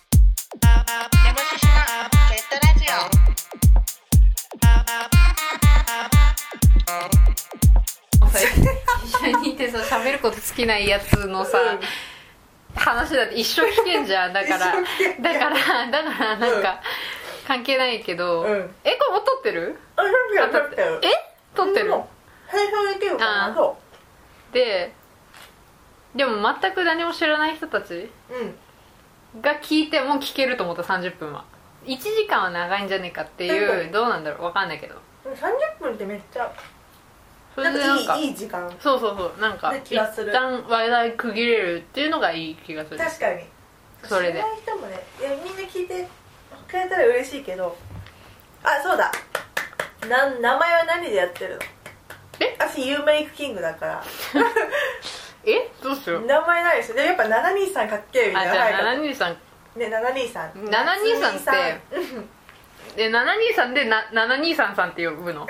山下さん、ペットラジオ。 一緒にいてさ喋ること好きないやつのさ、話だって一生聞けんじゃんだからだからだからなんか、関係ないけど、うんえこれもう撮ってるあ、ラピあア、撮ラってピア。え撮ってるも配信できるあかーなそででも全く何も知らない人たちう。うん。が聞いても聞けると思った30分は1時間は長いんじゃねえかって確かいうにどうなんだろうわかんないけどでも30分ってめっちゃ、そなれんでなんかかいい、いい時間。そうそうそうなんかな一気がする旦話題区切れるっていうのがいい気がする確かに。それで知らない人もね、いや、みんな聞いてくれたら嬉しいけど。あ、そうだ。なん、名前は何でやってるのえ私、ユーメイクキングだから。えどうしよう名前ないですよ。でもやっぱ723かっけえみあたいじな。ゃあ早く723ね、723。 723ってで723でな723さんって呼ぶの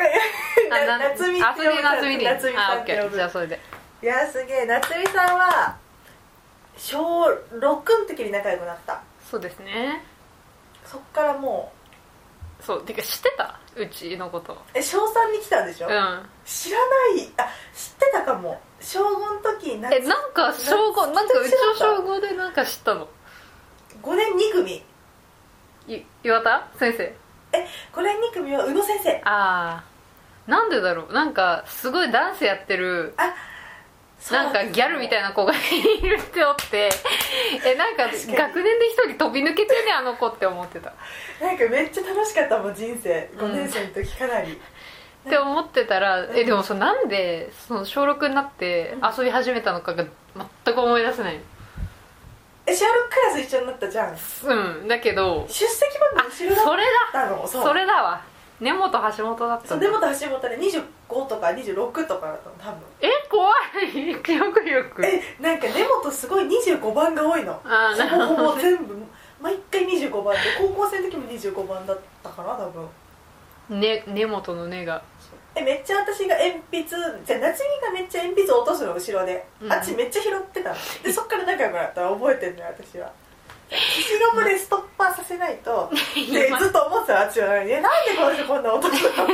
あな夏美あそれで夏美でいい夏美さんって呼ぶあオッケーじゃあそれでいやすげえ夏美さんは小6の時に仲良くなったそうですねそっからもそうてか知ってたうちのことうえ小3に来たんでしょ、うん知らないあ知ってたかも小5の時に夏えなんか小5なんかうちの小5でなんか知ったの5年2組い岩田先生え5年2組は宇野先生ああなんでだろうなんかすごいダンスやってるなんかギャルみたいいな子がいるっておってえなんか確かに学年で一人飛び抜けてねあの子って思ってたっなんかめっちゃ楽しかったもん人生5年生の時かなり、て思ってたらえうんでもそのなんでその小6になって遊び始めたのかが全く思い出せないえ小6クラス一緒になったじゃんうんだけど出席まで後ろそだれったのだそうそれだわ根本橋本だったそんうだ根本橋本で25とか26とかだったの多分え怖い 記憶力えなんか根本すごい25番が多いのあーなるほほぼどほぼ全部毎回25番で高校生の時も25番だったかな多分ね根本の根がえめっちゃ私が鉛筆じゃあ夏美がめっちゃ鉛筆落とすの後ろで、うんあっちめっちゃ拾ってたのでそっから仲良くなったら覚えてんのよ私は消しゴムでストッパーさせないと でずっと思ってたのあっちはなんでこの人こんな落とすのって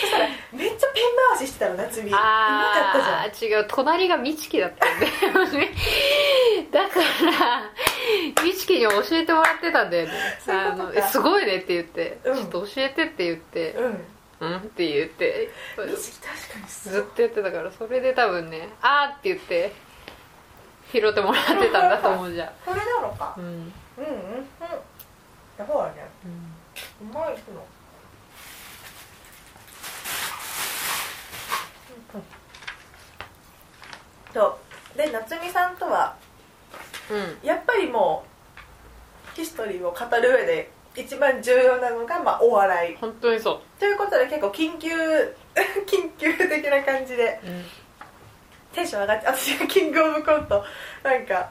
そしたらめっちゃペン回ししてたの夏美うまかったじゃんああ違う隣が美智だったんで だから美智に教えてもらってたんだよねそういうあことかのえすごいねって言って、うんちょっと教えてって言ってううんって言ってん意識確かにすごずいっとやってたからそれで多分ねあーって言って拾ってもらってたんだと思うじゃこれなのかん、 うんうんうんうんやばいねうまいのそうで夏美さんとはうんやっぱりもうヒストリーを語る上で一番重要なのが、まあ、お笑い本当にそということで結構緊急 緊急的な感じでう、うんテンション上がって私がキングオブコントなんか、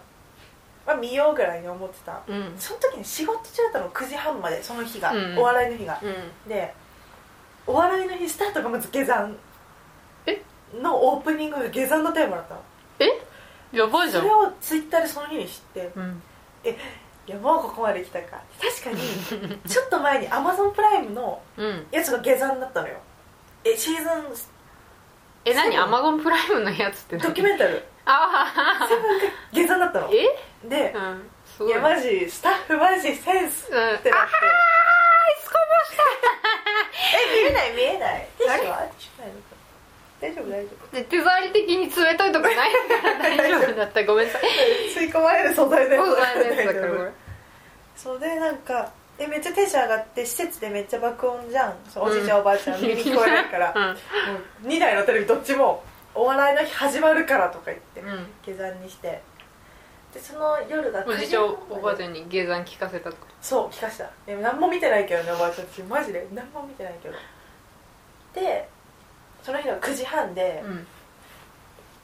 まあ、見ようぐらいに思ってたうんその時に仕事中だったの9時半までその日が、うんお笑いの日が、うんでお笑いの日スタートがまず下山えのオープニングが下山のテーマだったのやばいじそゃんれをツイッターでその日に知ってうんいやもうここまで来たか確かに ちょっと前にアマゾンプライムのうんやつが下山だったのよえシーズえ何そうアマゴンプライムのやつってンド何キュメンタル あ下山だったあ のえでう、んすいごいやマジスタッフマジセンスうんってなって え見えない見えないティッシュはティッシュないのか大丈夫大丈夫で手触り的に冷たいとこないから大丈夫だった ごめんなさい 吸い込まれる素材で僕はねだからこれそうでなんかでめっちゃテンション上がって施設でめっちゃ爆音じゃんそうおじいちゃん、おばあち ゃん耳聞こえないから、もう2台のテレビどっちもお笑いの日始まるからとか言って、うん、うん下山にしてでその夜がお9じい時ちゃん半おばあちんゃんに下山聞かせたとかそう聞かしたでも何も見てないけどねおばあちゃんたちマジで何も見てないけどでその日の9時半で、うん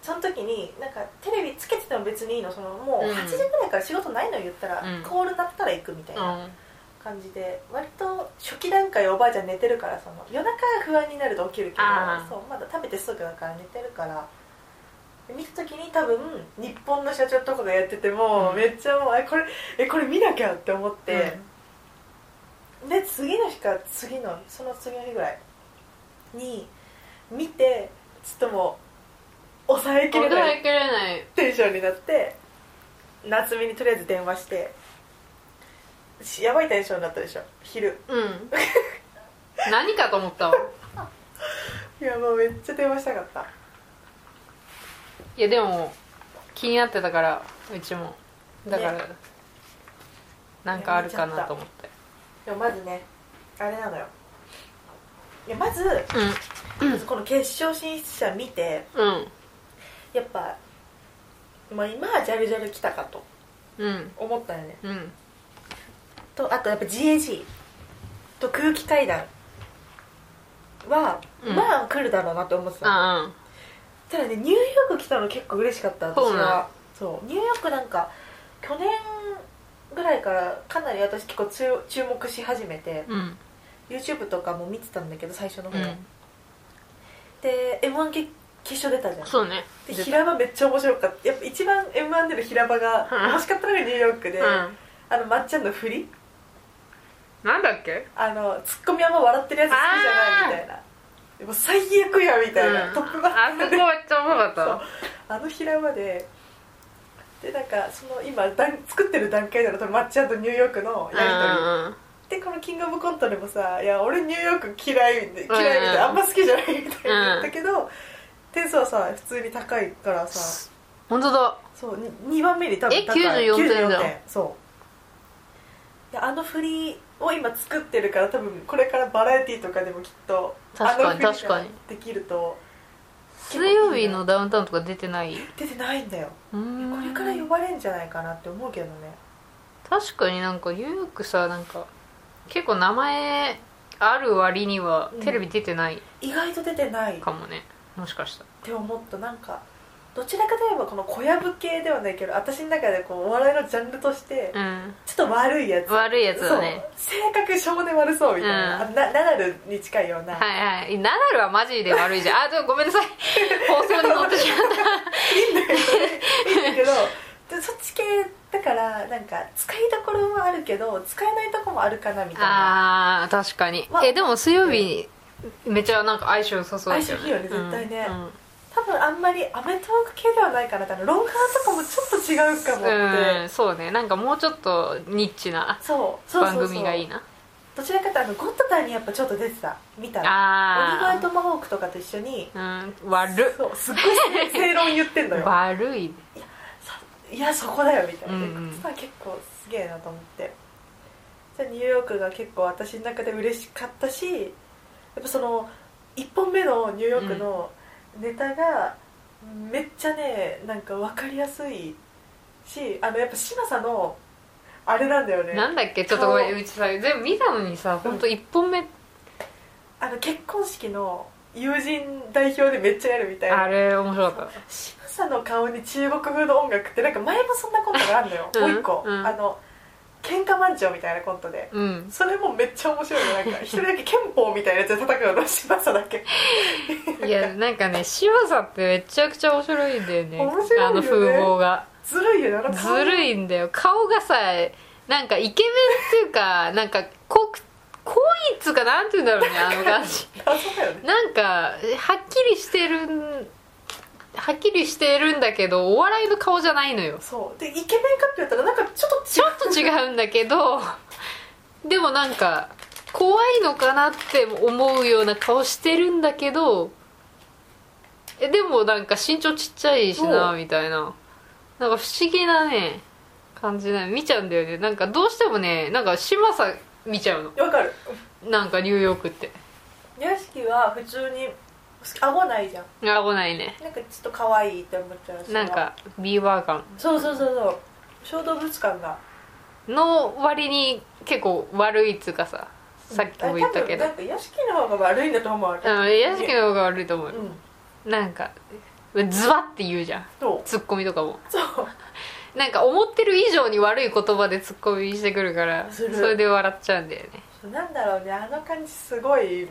その時になんかテレビつけてても別にいいのそのもううん8時ぐらいから仕事ないの言ったら、うんコール鳴ったら行くみたいなうん感じで、割と初期段階おばあちゃん寝てるからその夜中不安になると起きるけどあーそうまだ食べてすぐだから寝てるから見た時に多分日本の社長とかがやってても、めっちゃもうえこれえこれ見なきゃって思って、で次の日か次のその次の日ぐらいに見てちょっともう抑えき抑れないえきれないテンションになって夏美にとりあえず電話してしやばいテンションになったでしょ昼うん何かと思ったわいやもうめっちゃ電話したかったいやでも気になってたからうちもだから、ねなんかあるかなと思ってでもまずねあれなのよいやまず、うんまずこの決勝進出者見てうんやっぱ、まあ、今はジャルジャル来たかとうん思ったよねうんとあとやっぱ GAG と空気階段は、うんまあ来るだろうなと思ってたあただねニューヨーク来たの結構嬉しかった私そうなんはそうニューヨークなんか去年ぐらいからかなり私結構つよ注目し始めてうん YouTube とかも見てたんだけど最初のう方、ん、で m 1決勝出たじゃんそうねで平場めっちゃ面白かったやっぱ一番 m 1での平場がうん楽しかったのがニューヨークで、うんあのまっちゃんの振りなんだっけあのツッコミあんま笑ってるやつ好きじゃないみたいなでも最悪やみたいな、うんトップバッあそこタめーっでちゃ面白そかうあの平場ででなんかその今段作ってる段階だろ多分まっちゃんとニューヨークのっやり取たり、でこの「キングオブコント」でもさ「いや俺ニューヨーク嫌い」で嫌いみたいうんな、あんま好きじゃないみたいなうんだけど、点数はさ普通に高いからさ本当だそうに2番目に多分え高い94点だよそうであの振りを今作ってるから多分これからバラエティーとかでもきっと確かにあの振りが確かにできると水曜日のダウンタウンとか出てない出てないんだようーこんれから呼ばれんじゃないかなって思うけどね確かになんかニューヨークさなんか結構名前ある割にはうんテレビ出てない意外と出てないっかもね、もしかしたらて思ったなんかどちらかといえばこの小籔系ではないけど私の中でこうお笑いのジャンルとしてうんちょっと悪いやつ悪いやつだねそう性格性根悪そうみたいな、うあなナダルに近いような、はいはいナダルはマジで悪い じゃんあちょっとごめんなさい放送に乗ってしまっだけどでそっち系だからなんか使いどころもあるけど使えないとこもあるかなみたいなたあー確かにまあえでも水曜日めっちゃなんか相性良さそうですよね相性いいよね絶対ねうんうん多分あんまりアメトーク系ではないかなってあのロンハーとかもちょっと違うかもって、うんそうねなんかもうちょっとニッチなそうそうそう番そう組がいいなどちらかというとあのゴッドタンにやっぱちょっと出てた見たらオリバあートマホークとかと一緒にあうん悪っそうすっごい正論言ってんのよ 悪いさいやそこだよみたいな、うんうんでさ結構すげえなと思ってじゃあニューヨークが結構私の中で嬉しかったしやっぱその1本目のニューヨークのネタがめっちゃねなんか分かりやすいしあのやっぱ嶋佐のあれなんだよねなんだっけちょっとごめんうちさ全部見たのにさ本当一本目あの結婚式の友人代表でめっちゃやるみたいあなれ面白かっ嶋佐の顔に中国風の音楽ってなんか前もそんなコントがあるのよ、うんもう一個、うんあの喧嘩番長みたいなコントでたうんそれもめっちゃ面白いのなん か一人だけ憲法みたいなやつで叩くの柴田だけいやなんかね柴田ってめちゃくちゃ面白いんだよね面白いよねあの風貌がずるいよねあのずるいんだよ顔がさなんかイケメンっていうかなんか濃く濃いっつうかなんて言うんだろうねあの感 じ顔謎だよねなんかはっきりしてるんはっきりしてるんだけどお笑いの顔じゃないのよそうでイケメンかって言ったらなんかちょっちょっと違うんだけどでもなんか怖いのかなって思うような顔してるんだけどえでもなんか身長ちっちゃいしなそうみたいななんか不思議なね感じな見ちゃうんだよねなんかどうしてもねなんか嶋佐見ちゃうのとわかるなんかニューヨークって屋敷は普通に合わないじゃんあごないねなんかちょっと可愛いって思っちゃうしなんかビーバー感そうそうそうそう小動物感がの割に結構悪いっつうかささっきも言ったけどあ多分なんか屋敷の方が悪いんだと思う私うん屋敷の方が悪いと思ううんなんかズバって言うじゃんそうツッコミとかもそうなんか思ってる以上に悪い言葉でツッコミしてくるからするそれで笑っちゃうんだよねなんだろうねあの感じすごい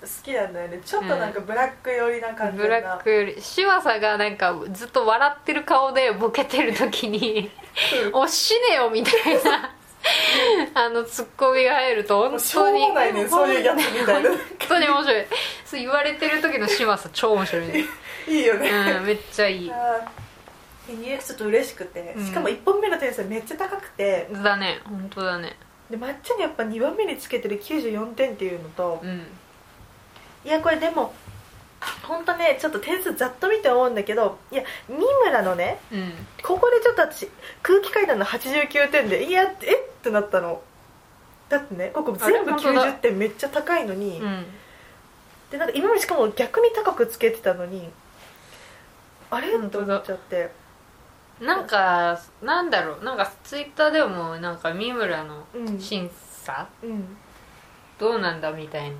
好きなんだよねちょっとなんかブラック寄りな感じブラックよりシワサがなんかずっと笑ってる顔でボケてる時 に「おっしねよ」みたいなあのツッコミが入ると本もうしょ当うにもないねそういうやつみたいな本当に面白いそう言われてる時の嶋佐超面白いね、いいよね、うん、めっちゃいいあーいやちょっと嬉しくて、うんしかも1本目の点数めっちゃ高くてだね本当だねで抹茶にやっぱ2番目につけてる94点っていうのとうんいやこれでも本当ねちょっと点数ざっと見て思うんだけどいや三村のねうんここでちょっと私空気階段の89点でいやえってなったのだってねここ全部あれ本当だ90点めっちゃ高いのに、うんでなんか今までしかも逆に高くつけてたのにあれ本と当思だっちゃってなんかなんだろうなんかツイッターでもなんか三村のうん審査うんどうなんだみたいな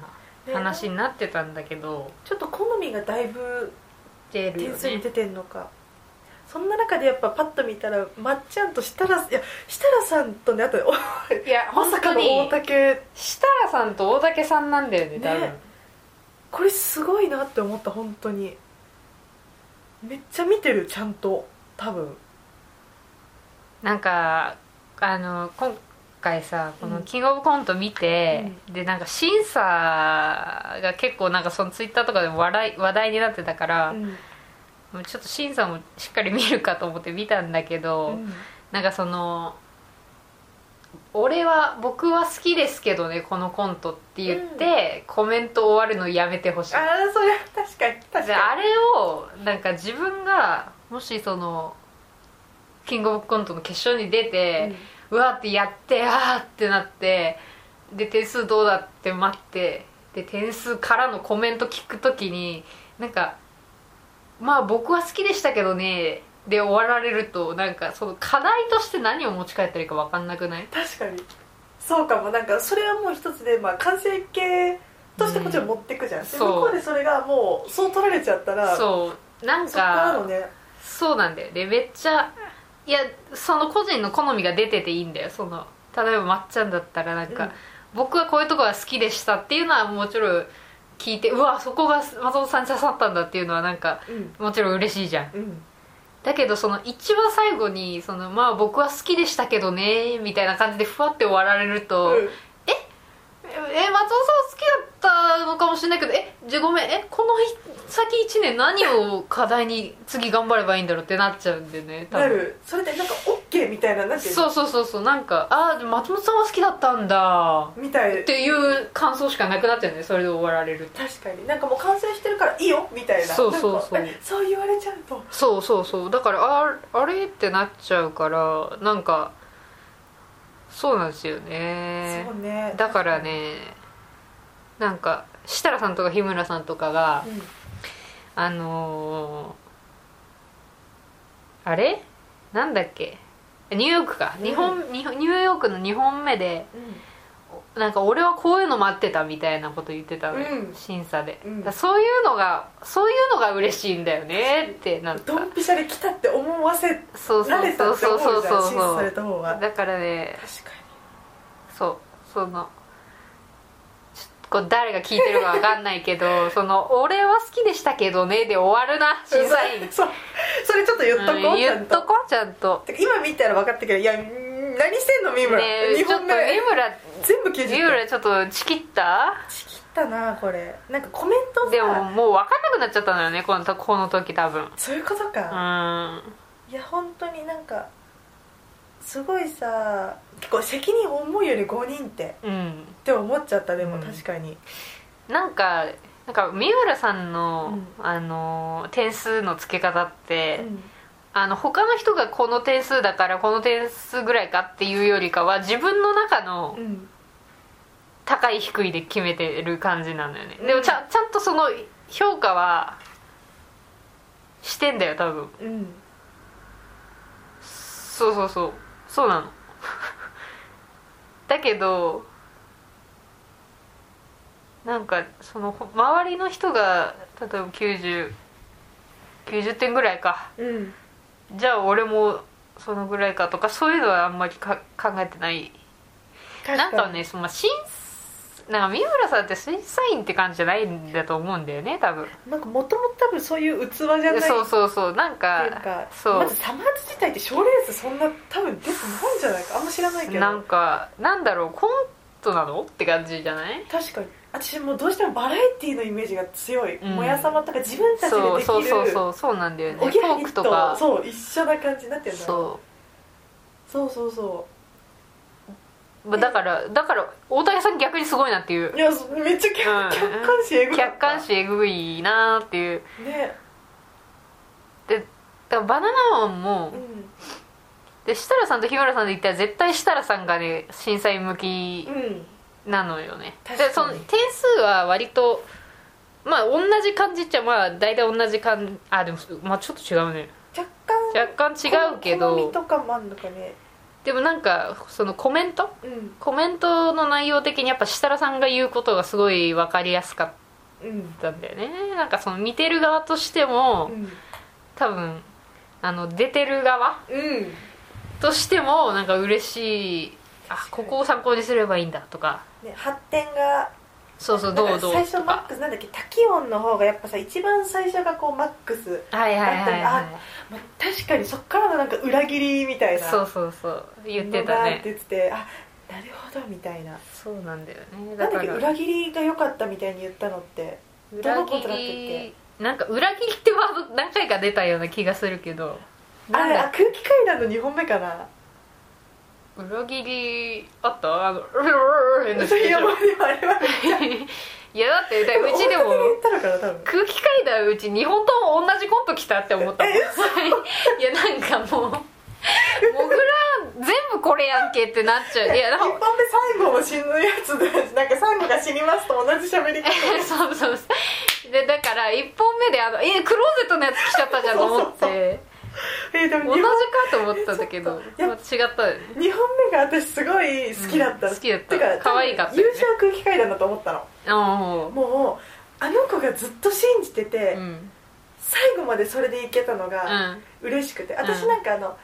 で話になってたんだけどちょっと好みがだいぶ出るよ点数にね出てんのか、そんな中でやっぱパッと見たらまっちゃんと設楽いや設楽さんとねあといやまさかの大竹設楽さんと大竹さんなんだよね多分ねこれすごいなって思った本当にめっちゃ見てるちゃんと多分なんかあの今回さこうのん「キングオブコント」見て、でなんか審査が結構なんかそのツイッターとかでも笑い話題になってたから、うんもうちょっと審査もしっかり見るかと思って見たんだけど、なんかその「俺は僕は好きですけどねこのコント」って言って、コメント終わるのやめてほしいああそれは確かに確であかれをなんか自分がもしそのキングオブコントの決勝に出にて、うわーってやってあーってなってで点数どうだって待ってで点数からのコメント聞くときになんか「まあ僕は好きでしたけどね」で終わられるとなんかその課題として何を持ち帰ったらいいか分かんなくない確かにそうかもなんかそれはもう一つで、まあ、完成形としてこっちを持っていくじゃん、うんで向そうこうでそれがもうそう取られちゃったらそうなんそっからかのねそうなんだよねめっちゃいやその個人の好みが出てていいんだよその例えばまっちゃんだったらなんか、うん僕はこういうとこが好きでしたっていうのはもちろん聞いてうわそこが松本さんに刺さったんだっていうのはなんかうんもちろん嬉しいじゃんうんだけどその一番最後にそのまあ僕は好きでしたけどねみたいな感じでふわって終わられると、うんええ松尾さん好きだったのかもしれないけどえじゃあごめんえこのい先1年何を課題に次頑張ればいいんだろうってなっちゃうんでね多な分るそれでなんか OK みたいななんていうそうのそうそうそうなんかああ松本さんは好きだったんだみたいっていう感想しかなくなっちゃうねそれで終わられると確かになんかもう完成してるからいいよみたいなそうそうそうなんかえそう言われちゃうとそうそうそうだからああれってなっちゃうからなんかそうなんですよねそうねだからねなんか設楽さんとか日村さんとかがうんあのー、あれなんだっけニューヨークか、うん日本日本ニューヨークの2本目でうなんか俺はこういうの待ってたみたいなこと言ってたのよ、うん審査で、うんだからそういうのがそういうのが嬉しいんだよねってなんんかドンピシャで来たって思わせそうらそうれそたうってそう思そううじゃんそう審査された方がだからね確かそうそのちょっとこう誰が聞いてるかわかんないけど その「俺は好きでしたけどね」で終わるなに審査員そうそれちょ っと言っとこう、うんちゃ言んっととこうちゃんとてか今見たら分かったけどいやうん何してんの三村、ね二えちょっ本と三目村全部90三点村ちょっとチキったちきったなこれなんかコメントさでももう分かんなくなっちゃったのよねこのこの時多分そういうことうか、んいや本当になんかすごいさ結構責任重いより5人ってうんって思っちゃったでも、うん確かになんかなんか三浦さんの、うあの点数の付け方っうて、んあの他の人がこの点数だからこの点数ぐらいかっていうよりかは自分の中のうん高い低いで決めてる感じなんだよね、うんでもちゃんちゃんとその評価はしてんだよ多分うんそうそうそうそうなの だけどなんかそのほ周りの人が例えば9090点ぐらいかうんじゃあ俺もそのぐらいかとかそういうのはあんまりか考えてない確なんかにねその審なんか三村さんって審査員って感じじゃないんだと思うんだよね多分なんかもともと多分そういう器じゃないっていうそうそうそうなんかかそうまずサマーズ自体って賞ーレースそんな多分出てないんじゃないかあんま知らないけどなんかなんだろうコントなのって感じじゃない確かに私もうどうしてもバラエティのイメージが強い、うんもやさまとか自分たちでできそうるそうそうそうそうなんだよねトおぎやはーぎクとかとそう一緒な感じになってるんだろうそ、そうそうそうまあ、だからだから大竹さん逆にすごいなっていうういやそめっちゃ客,、うん客観視エグかった客観視えぐいなーっていうねだからバナナマンもうで設楽さんと日村さんで言ったら絶対設楽さんがね審査員向きんうんなのよね確かにでその点数は割とまあ同じ感じっちゃまあ大体同じ感あでもまあちょっと違うね若干若干違うけ好みどとかもあんのかねでもなんかそのコメントうんコメントの内容的にやっぱ設楽さんが言うことがすごい分かりやすかっうんたんだよねなんかその見てる側としてもうん多分あの出てる側うんとしてもなんか嬉しいあここを参考にすればいいんだとかね、発展がそうそうなどんかうどう最初とマッかクスなんだっけタキオンの方がやっぱさ一番最初がこうマックス、はいはいはいはまあ、確かにそっからのなんか裏切りみたいいなそうそうそう言ってたのがね出ててあなるほどみたいなそうなんだよねなだんかだっけら裏切りが良かったみたいに言ったのってど裏のことだっ切けりなんか裏切りってワード何回か出たような気がするけどあなんれだあ空気階段の2本目かな裏切りあったあのうるるるるるそういうる思いでもあれはい やだってだうちで本当にも言ったのかな多分空気階段うち2本とも同じコント来たって思ったもん いやなんかもうもぐら全部これやんけってなっちゃういや一で本も目最後も死ぬやつでなんか最後が死にますと同じ喋り方 そうそうそうでだから1本目であのえクローゼットのやつ来ちゃったじゃんと思ってそうそうえでも同2じ本かと思ったんだけど、えちまょあ、違ったよね二本目が私すごい好きだった、うん好きだったてか可愛かったよね優勝空気階段だと思ったのあもうあの子がずっと信じてて、あうん最後までそれでいけたのうがん嬉しくて、ん私なんかあの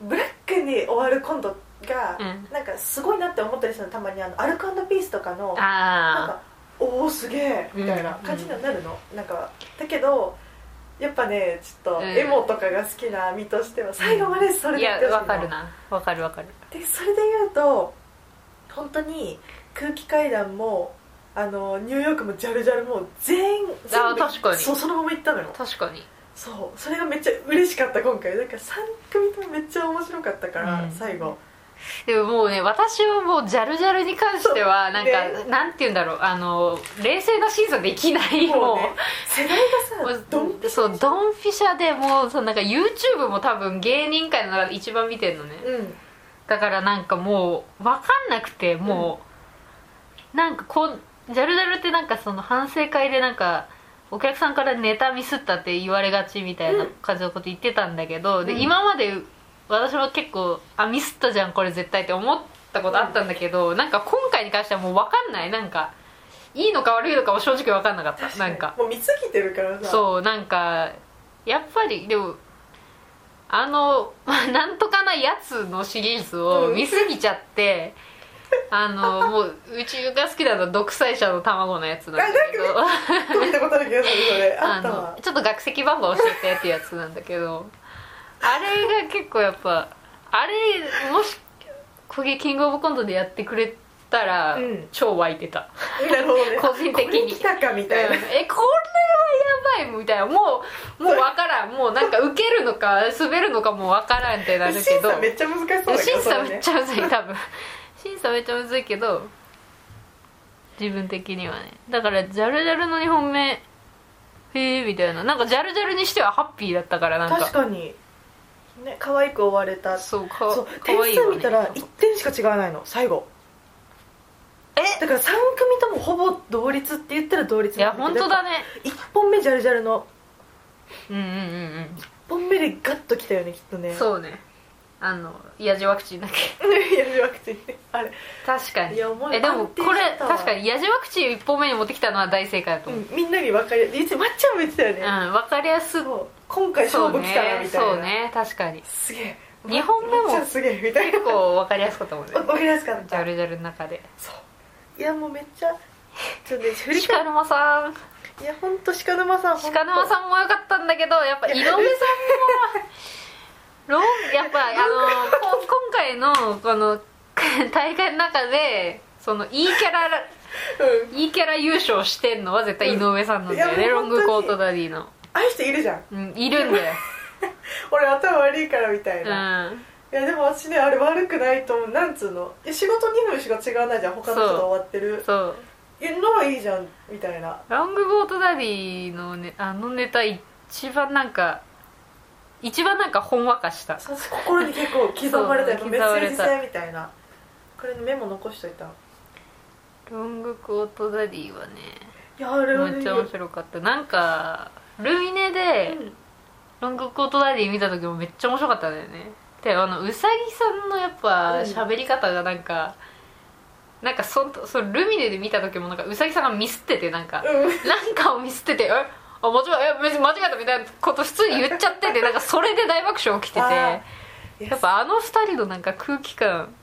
ブラックに終わるコントが、うんなんかすごいなって思ったりするのたまにあのアルコピースとかのなんあかおおすげえみたいな感じにはなるの、なんかだけどやっぱねちょっとうんエモとかが好きな身としては最後までそあれいでいやってほしいのわかるなわかるわかるでそれで言うと本当に空気階段もあのニューヨークもジャルジャルも全員全部確かにそうそのまま行ったのよ確かにそうそれがめっちゃ嬉しかった今回だから3組ともめっちゃ面白かったから、うん最後でももうね私はもうジャルジャルに関してはそなうんか、なんて言うんだろうあの冷静な審査できないもうね世代がさドンピシそうドンピシャでもうそうなんか YouTube も多分芸人界の中で一番見てんのねうんだからなんかもう分かんなくてもう、なんかこうジャルジャルってなんかその反省会でなんかお客さんからネタミスったって言われがちみたいな感じのこと言ってたんだけど、うでん今まで私は結構あミスったじゃんこれ絶対って思ったことあったんだけど、なんか今回に関してはもう分かんないなんかいいのか悪いのかも正直分かんなかったなんかもう見すぎてるからさそうなんかやっぱりでもあの、 まあ、なんとかなやつのシリーズをうん見すぎちゃ って、あのもううちが好きなのは独裁者の卵のやつなんだけど 見たことある気がするそれああったわのちょっと学籍番号教えてってやつなんだけどあれが結構やっぱあれもしこれキングオブコントでやってくれたら、うん超湧いてたなるほどね個人的にこれ来たかみたいな、えこれはやばいみたいなもうもう分からんもうなんか受けるのか滑るのかも分からんってなるけ 審ど査めっちゃ難しそうだけど審査めっちゃゃむずい多分審査めっちゃむずいけど自分的にはねだからジャルジャルの2本目へえみたいななんかジャルジャルにしてはハッピーだったからなんか確かにね可愛く終われたそうかそうか点わいい数よ、ね、見たら1点しか違わないの最後えだから3組ともほぼ同率って言ったら同率いや本当だねね1本目ジャルジャルのうんうんうん1本目でガッときたよねきっとうねんうそうねあのヤジワクチンだっけ いや弱くてあれ、確かにいや思いえでも安定これしたわ確かにヤジワクチン1本目に持ってきたのは大正解だとう思う、うんん、みんなに分かりやすいつまっちゃんも言ってたよね、分かりやすくそう今回勝負来たなみたいなそうね確かにすげえ二本目もまっちゃんすげえみたいな 結構分かりやすかったもんね分かりやすかっジたャルジャルの中でそういやもうめっちゃちょっとね振り返鹿沼さんいや本当鹿沼さん鹿沼んさんも良かったんだけどやっぱ井上さんもロン やっぱあのこ今回のこの 大会の中でそのいいキャラうんいいキャラ優勝してんのは絶対井上さんなんだよね、いやロもンう本当にグコートダディの、ああいう人いるじゃんうん、いるんだよ、俺頭悪いからみたいな、うん、いやでも私ねあれ悪くないと思うなんつうのいや仕事2分しか違わないじゃん他の人が終わってるそういやならいいじゃんみたいなロングコートダディの、ね、あのネタ一番なんか一番なんかほんわかした私心に結構刻まれたよそうメッセージ刻まれ性みたいなこれのメモ残しといたロングコートダディはねいやあれはねめっちゃ面白かったなんかルミネで、うんロングコートダディ見た時もめっちゃ面白かったんだよねであのうさぎさんのやっぱうん喋り方がなんか、なんかそんとそのルミネで見た時もなんかうさぎさんがミスっててなんか、うんなんかをミスってて「えあ間違ええ別に間違えた」みたいなこと普通に言っちゃっててなんかそれで大爆笑起きててあーやっぱあの二人のなんか空気感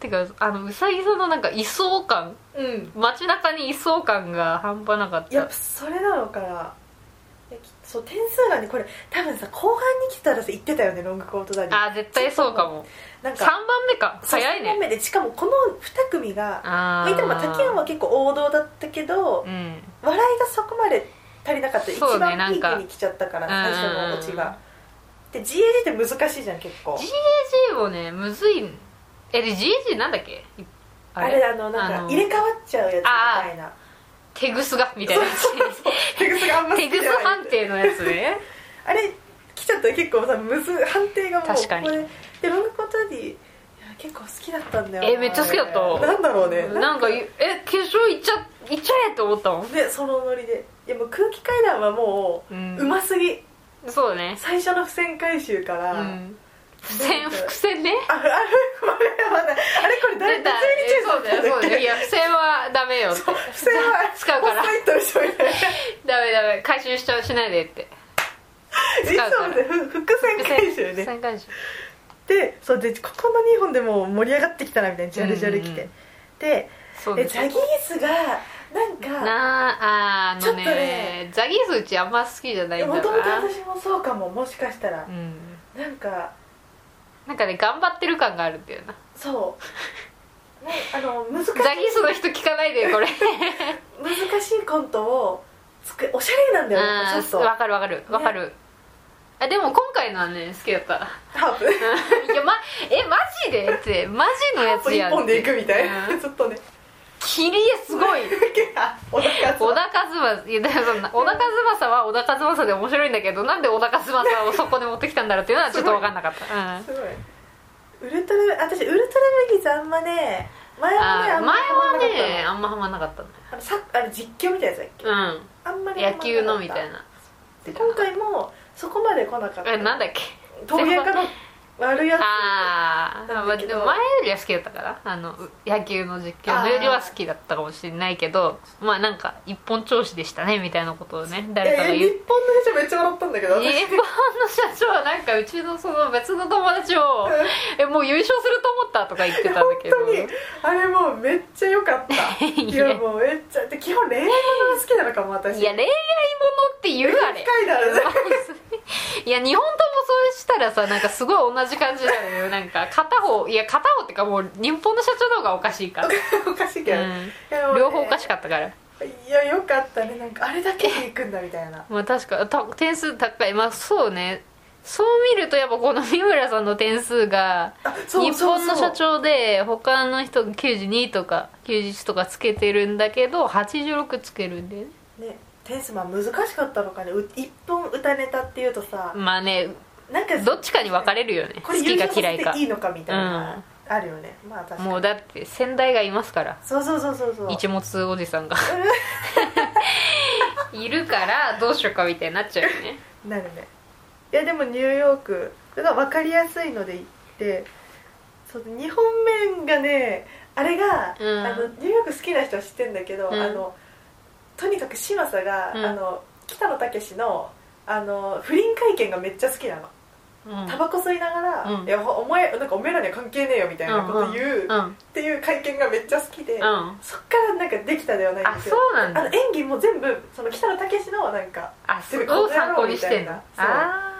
てかあのうさぎさんのなんか位相感うん街中に位相感が半端なかっやったぱそれなのかないやきっとそう点数がねこれ多分さ後半に来たらさ言ってたよねロングコートダディあー絶対そうかもなん3か番目か早い3本ね目でしかもこの2組があまあーでも竹山は結構王道だったけど、うん笑いがそこまで足りなかった、一そうね番ピなーんクかに来ちゃったからうん最初のオチがで GAG って難しいじゃん結構 GAG もねむずいえで GAG なんだっけいあれあのなんあかの入れ替わっちゃうやつみたいなテグスがみたいなやつテグスがあんま好テきグじゃスない判定のやつねあれ来ちゃったら結構さむず判定がもう確かにこれでロングコートダディいや結構好きだったんだよなえめっちゃ好きだったなんだろうねなんかえ決勝行っちゃ行っちゃえって思ったもんでそのノリでいやもう空気階段はもううんうますぎ、そうね最初の付箋回収かうら、ん伏線伏線ねああれこれまだあれこれ誰出た誰に注意そうだよそうだ よいや付箋はダメよって付箋は使うからホストイットでしょみたいなダメダメ回収しちゃうしないでって実うからはねふ伏線回収伏ね線回収でそうでここの2本でもう盛り上がってきたなみたいなジャルジャル来て、うんでそうででジすャギースがなんかなああちょのっとねねザギースうちあんま好きじゃないんだもなともと私もそうかももしかしたらう、んなんかなんかね頑張ってる感があるんだよなそうねあの難しいザギースの人聞かないでこれ 難しいコントを作るおしゃれなんだよあねちょーっとわかるわかるわかる、あでも今回のはね好きだったハープいやまえマジでってマジのやつや一ん本でいくみたいうん なちょっとね切り絵すごいお腹小田和正いやだからそんな小田和正は小田和正で面白いんだけどなんで小田和正をそこで持ってきたんだろうっていうのはちょっと分かんなかった、うんすごいウルトラ私ウルトラ麦ズあんまね前はねああー前んまはハマんなかったねのあんまハマんなかったねあのさあれ実況みたいなやつだっけうんあんまりハマんなか野った球のみたいなで今回もそこまで来なかったえなんだ っけ陶芸家の悪いやつあー、なんまあだけでども前よりは好きだったからあのう野球の実況のよりは好きだったかもしれないけどまあなんか一本調子でしたねみたいなことをねいや誰かがい言やっ日て。本の人めっちゃ笑ったんだけど日本の社長はなんかうちのその別の友達を「えもう優勝すると思った」とか言ってたんだけど本当にあれもうめっちゃ良かった いいややもうめっちゃで基本恋愛ものが好きなのかも私いや恋愛ものって言うあれ深いだろうねいや日本ともそうしたらさなんかすごい同じ感じだよねなんか片方いや片方ってかもう日本の社長の方がおかしいから、 おかしいけど、いうん、やもうね両方おかしかったからいやよかったねなんかあれだけでいくんだみたいなまあ確かた点数高いまあそうねそう見るとやっぱこの三村さんの点数があそう日そう本そのう社長で他の人が92とか91とかつけてるんだけど86つけるんでねねテンスマン難しかったのかねう一本歌ネタっていうとさまあねなんかどっちかに分かれるよねこ好れき優か勝嫌いさかせていいのかみたいな、あるよねまあ確かにもうだって先代がいますからそうそうそうそうそう一物おじさん が いるからどうしようかみたいになっちゃうよねなるねいやでもニューヨークが分かりやすいので行ってそう日本面がねあれが、うんあのニューヨーク好きな人は知ってんだけど、うんあのとにかく嶋佐が、うんあの北野武のあの不倫会見がめっちゃ好きなのうんタバコ吸いながら「うんいやお前なんかおめえらには関係ねえよ」みたいなこと言う、うんっていう会見がめっちゃ好きで、うんそっからなんかできたではないんですよあそうなんだあの演技も全部その北野武のなんかあそこを参考にしてんだそうああ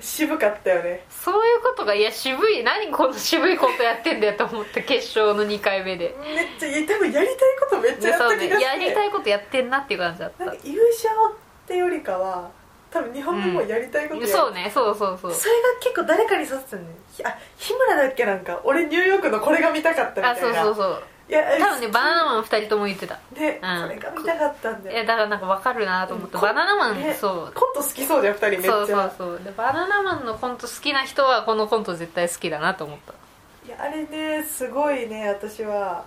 渋かったよねそういうことがいや渋い何この渋いことやってんだよと思って決勝の2回目でめっちゃいや多分やりたいことめっちゃでやっそうた気がねしてやりたいことやってんなっていう感じだっなんかた優勝ってよりかは多分日本語もやりたいことやるそうねそうそうそうそれが結構誰かに刺すんねあ日村だっけなんか俺ニューヨークのこれが見たかったあみたそいうなそうそういや多 分ねバナナマン2人とも言ってたね、うんこれが見たかったんいだよやだからなんか分かるなと思ってうんバナナマンねそうコント好きそうじゃん2人めっちゃそうそうそうでバナナマンのコント好きな人はこのコント絶対好きだなと思ったいやあれねすごいね私は、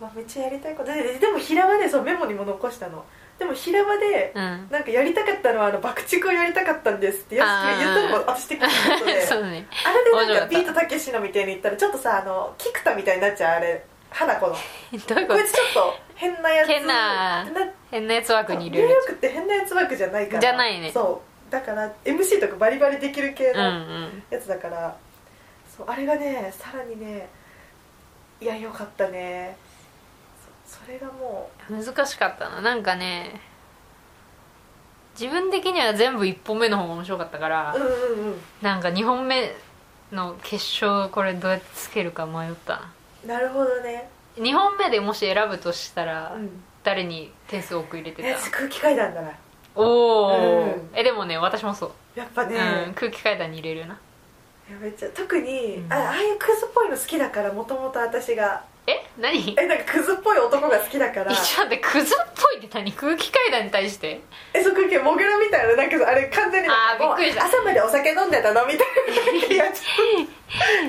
まあ、めっちゃやりたいことでででも平場でそうメモにも残したのでも平場で、うんなんかやりたかったのはあの爆竹をやりたかったんですってよしきが言ったのも私的にことで そうねあれで面白なかっんかたビートたけしのみたいに言ったらちょっとさあの菊田みたいになっちゃうあれ花子のこどういいうことつちょっと変なやつ変な変なやつ枠にいニューるヨークって変なやつ枠じゃないからじゃないねそうだから MC とかバリバリできる系うんうのんやつだから、そうあれがねさらにねいやよかったねそそれがも難しかったななんかね自分的には全部1本目の方が面白かったから、ううんうんうなんか2本目の決勝これどうやってつけるか迷ったなんなるほどね、 2本目でもし選ぶとしたら、うん、誰に点数多く入れてえた空気階段だなおお、うんえでもね私もそう、やっぱね、うん、空気階段に入れるないやめっちゃ特に、うんあああいうクズっぽいの好きだからもともと私がえ何一えなんかクズっぽい男が好きだから緒でクズっぽいって何空気階段に対してえそこけモグラみたいななんかあれ完全にあーびっくりしたもう朝までお酒飲んでたのみた いない やちょっとい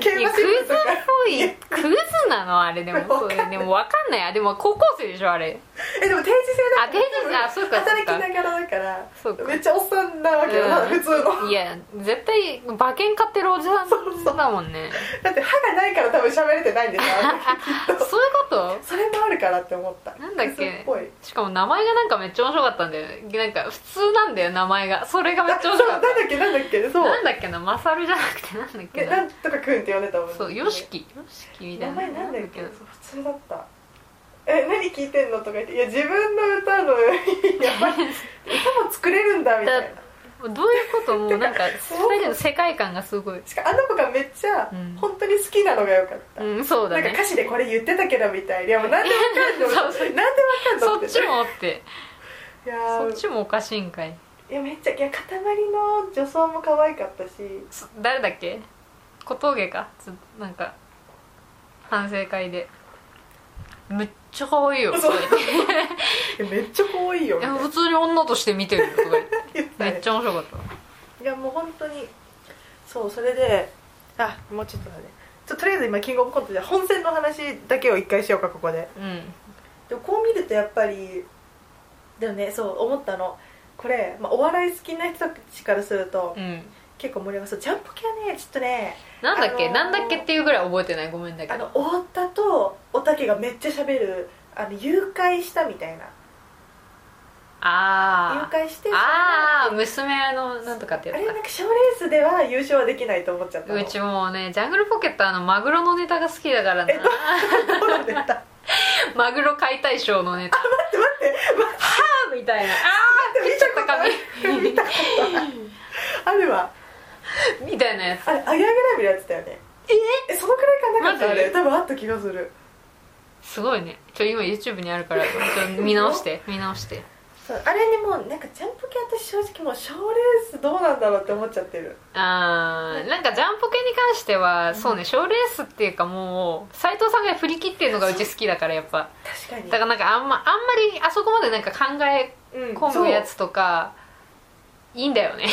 競や馬ク新ズ聞っとかぽいクズなのあれでもわかんないそれでも分かんないあでも高校生でしょあれえでも定時制だからあ定時制あそうかそうか働きながらだからそうかめっちゃおっさんなわけよ、うんまあ普通のいや絶対馬券買ってるおじさんだもんねだって歯がないから多分喋れてないんですよあの そういうことそれもあるからって思ったなんだっクズけっぽいしかも名前がなんかめっちゃ面白かったんだよねなんか普通なんだよ名前がそれがめっちゃあ面そう白なかんっだたっけなんだっけそうなんだっけなマサルじゃなくてなんだっけえななんとかくんって呼んでたもんねそうヨシキヨシキみたい名な前なんだっけなそんう普通だったえ何聴いてんのとか言って「いや自分の歌の やばい歌も作れるんだ」みたいなどういうこともうなんか2人の世界観がすごいしかもあの子がめっちゃうん本当に好きなのがよかった、うんそうだなんかね歌詞でこれ言ってたけどみたいいやもう何でわかん のそうそう何でわかんのそっちもっていやそっーちもおかしいんかいいやめっちゃいや塊の女装も可愛かったしそ誰だっけ小峠かつなんか反省会でめっちゃ可 愛いよとかそう言っていやめっちゃ可愛いよみいたいやな普通に女として見てるよとか言って言ってためねっちゃ面白かったいやもう本当にそうそれであもうちょっとだねちょとりあえず今キングオブコントで本戦の話だけを一回しようかここでうんでもこう見るとやっぱりでもねそう思ったのこれ、まあ、お笑い好きな人たちからするとうん結構盛り上がるそうジャンポケはねちょっとねなんだっけ、あのーなんだっけっていうぐらい覚えてないごめんだけあどの太田とおたけがめっちゃ喋るあの誘拐したみたいな誘あー拐してあー娘のなんとかってあやれつなんかか賞レースでは優勝はできないと思っちゃったのうちもうねジャングルポケットあのマグロのネタが好きだからなえどどうな んだったマグロ解体ショーのネタ待って待って待ってあーみたいなあー見ちょっとた髪こと見たことあるわみたいなやつあれアゲアゲラビのやつだよねえそのくらいかなかったあマジれ多分あった気がするすごいねちょ今 YouTube にあるからちょ見直 して見直してそうあれにもうなんかジャンプ系私正直もう賞レースどうなんだろうって思っちゃってるあーなんかジャンポケに関しては、そうね賞レースっていうかもう斎藤さんが振り切ってるのがうち好きだからやっぱ確かにだからなんかあんまあんまりあそこまでなんか考えうん込むやつとかいいんだよね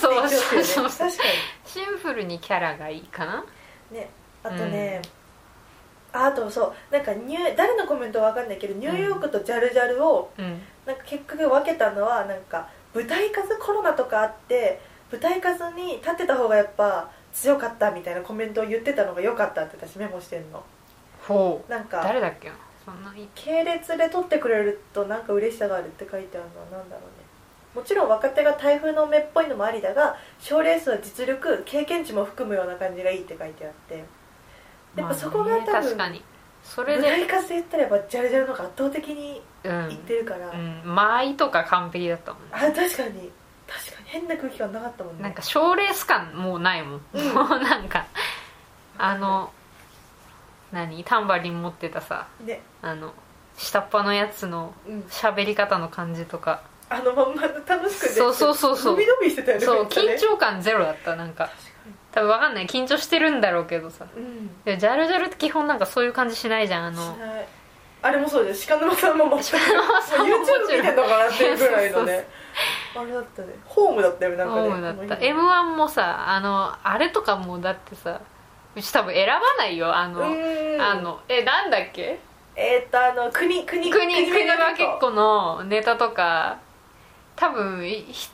そうもっとシンプルにキャラって言っちゃうそうそよねうそう確かシンプルにキャラがいいかなにねあとね、ああとそうなんかニュー誰のコメントは分かんないけどニューヨークとジャルジャルをうんなんか結局分けたのはなんか舞台数コロナとかあって舞台数に立ってた方がやっぱ強かったみたいなコメントを言ってたのが良かったって私メモしてんのほうなんか誰だっけなそんないい系列で撮ってくれるとなんか嬉しさがあるって書いてあるのはなんだろうねもちろん若手が台風の目っぽいのもありだが賞レースは実力経験値も含むような感じがいいって書いてあってやっぱそこが多分まあね確かにそれブレイで、カスで言ったらやっぱジャルジャルの方が圧倒的にういっんてるから、うん、間合いとか完璧だったもんあ確かに確かに変な空気感なかったもんねなんか賞レース感もうないもん、うんもうなんかあの何タンバリン持ってたさねあの下っ端のやつのうん喋り方の感じとかあのまんま楽しくねそうそうそうそう伸び伸びしてたよねそうめっちゃね緊張感ゼロだったなんか多分わかんない緊張してるんだろうけどさうんでもジャルジャルって基本なんかそういう感じしないじゃんあしのないあれもそうです鹿沼さんも全くさんももちろん YouTube 見てんのかなっていうぐらいのねあれだったねホームだったよねなんかねホームだったこの日 m 1もさあのあれとかもうだってさうち多分選ばないよあうの、ーんあのえなんだっけえーっとあの国国国国別は結構のネタとか多分い一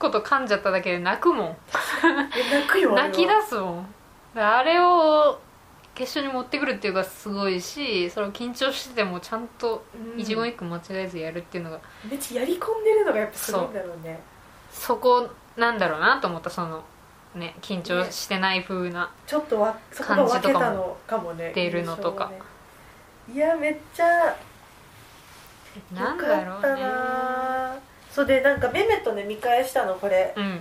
言噛んじゃっただけで泣くもえ泣くよんあれは泣き出すもんあれを決勝に持ってくるっていうのがすごいしそれを緊張しててもちゃんとうん一言一句間違えずやるっていうのが、めっちゃやり込んでるのがやっぱすごいんだろうねそこなんだろうなと思ったそのね緊張してない風な、ちょっとわそこが分けたのかもね出るのとか印象がねいやめっちゃよかなっんただろうねなそうでなんかめめとね見返したのこれうん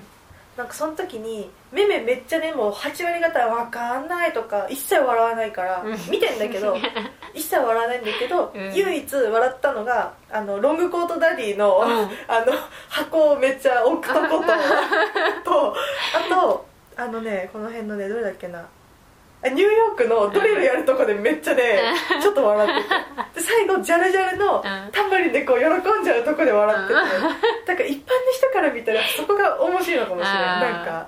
なんかその時にめめめっちゃねもう8割方わかんないとか一切笑わないからうん見てんだけど 一切笑わないんだけど、うん唯一笑ったのがあのロングコートダディの、うんあの箱をめっちゃ置くとこととあとあのねこの辺のねどれだっけなあニューヨークのドリルやるとこでめっちゃねちょっと笑っててで最後ジャルジャルのんタンバリンでこう喜んじゃうとこで笑っててだから一般の人から見たらそこが面白いのかもしれないあーなんか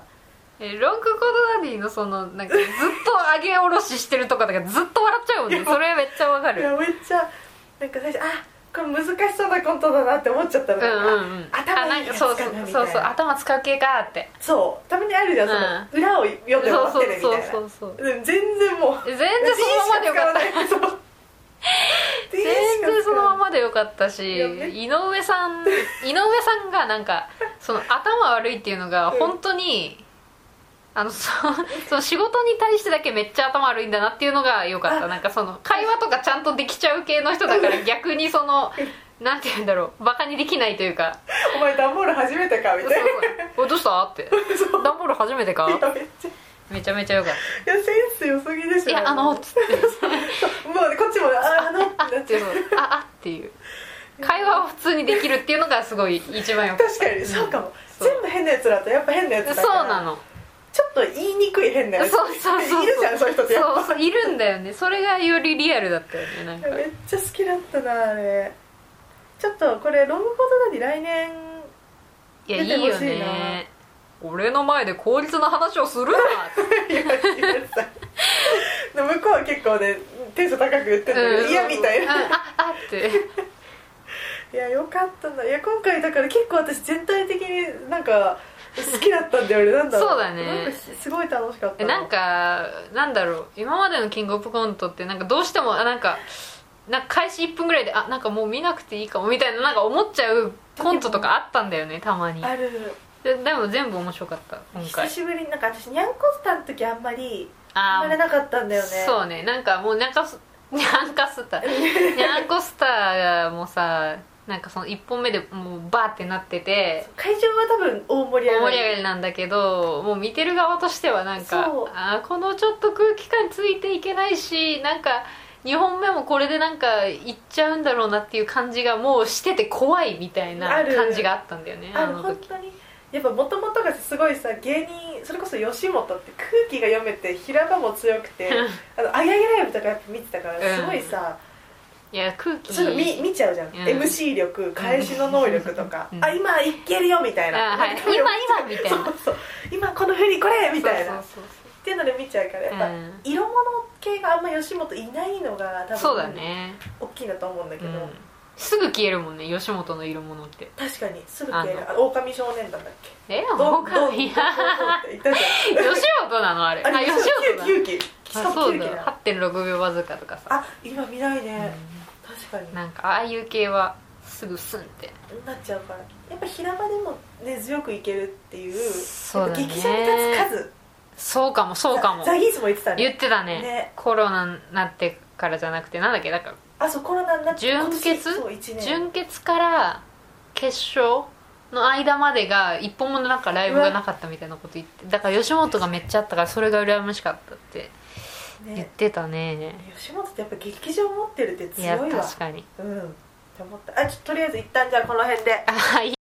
えロングコートダディのそのなんかずっと上げ下ろししてるとかだからずっと笑っちゃうもんねそれめっちゃわかいるやめっちゃなんか最初あこれ難しそうなコントだなって思っちゃったうの、んうんうん頭あないいんかそうそやうつかなみたいなそうそう頭使う系かってそうたまにあるじゃんその、う裏を読んでもらってそうるみそたういなそうそうで全然もう全然そのままでよかったった全全然そのままでよかったしいやめっ井上さん井上さんがなんかその頭悪いっていうのがうん本当に、あのそその仕事に対してだけめっちゃ頭悪いんだなっていうのがよかったあなんかその会話とかちゃんとできちゃう系の人だから逆にそのなんて言うんだろうバカにできないというかお前段ボール初めて「かみそたいなうおどうした?」って「段ボール初めてか?いやめっちゃい」めちゃめちゃよかっやセンス良すぎでし「たょいやあの」もうっつってこっちもああの「あっ」っていうのああ」っていう会話を普通にできるっていうのがすごい一番よかった確かにそうかも、そう全部変なやつらとやっぱ変なやつだからそうなのちょっと言いにくい変なそうやつそうそういるじゃんそういう人ってやっぱそうそういるんだよねそれがよりリアルだったよねなんかめっちゃ好きだったなあれちょっとこれロングコートダディ来年いや出いていほしいなよね俺の前で効率の話をするなってい やいやさで向こうは結構ねテンション高く言ってんだけど、うん嫌み たいなうんああっていやよかったんだいや今回だから結構私全体的になんか好きだったんだよねなんだろそうだねなんかすごい楽しかったえなんかなんだろう今までのキングオブコントってなんかどうしてもあなんかなんか開始1分ぐらいであなんかもう見なくていいかもみたいななんか思っちゃうコントとかあったんだよねたまにあるででも全部面白かった今久回しぶりになんか私ニャンコスタの時あんまりあ生まーれなかったんだよねそうねなんかもうにゃんかす にゃんかス ターにゃんこスターもさなんかその1本目でもうバーってなってて会場は多分大盛り大上が盛りり上がりなんだけどもう見てる側としてはなんかそうあーこのちょっと空気感ついていけないしなんか2本目もこれでなんかいっちゃうんだろうなっていう感じがもうしてて怖いみたいなある感じがあったんだよねああのの本時 当にやっぱもともとがすごいさ芸人それこそ吉本って空気が読めて平場も強くてあのあやげライブとかやっぱ見てたからうんすごいさ、いや空気そういうの見見ちゃうじゃん、ん MC 力返しの能力とか、うんあ今いけるよみたいな、あはいなん今か今みたいな そうそう今この振りこれみたいなそうそうっていうので見ちゃうからやっぱ、うん色物系があんま吉本いないのが多そうそ分うだね、大きいんだと思うんだけうど、ん、すぐ消えるもんね吉本の色物って確かにすぐ消えあるあ狼少年団だっけえどんもうどんどかんどんいいってや言ったじゃ ん吉本なのあれあ吉本なの勇気あそうだよだ8.6秒わずかとかさあ今見ないね、確かになんかああいう系はすぐスンってなっちゃうからやっぱ平場でも根強くいけるっていうそうだねやっぱ劇場に立つ数そうかもそうかもザザギースも言ってたね言ってたねねコロナになってからじゃなくてなんだっけだからあそうコロナになって純潔今年そう1年準決から決勝の間までが一本もなんかライブがなかったみたいなこと言ってだから吉本がめっちゃあったからそれが羨ましかったって言っねてたね吉本ってやっぱ劇場持ってるっていや強いわ確かにうんって思ったあちょとりあえず一旦じゃあこの辺であはい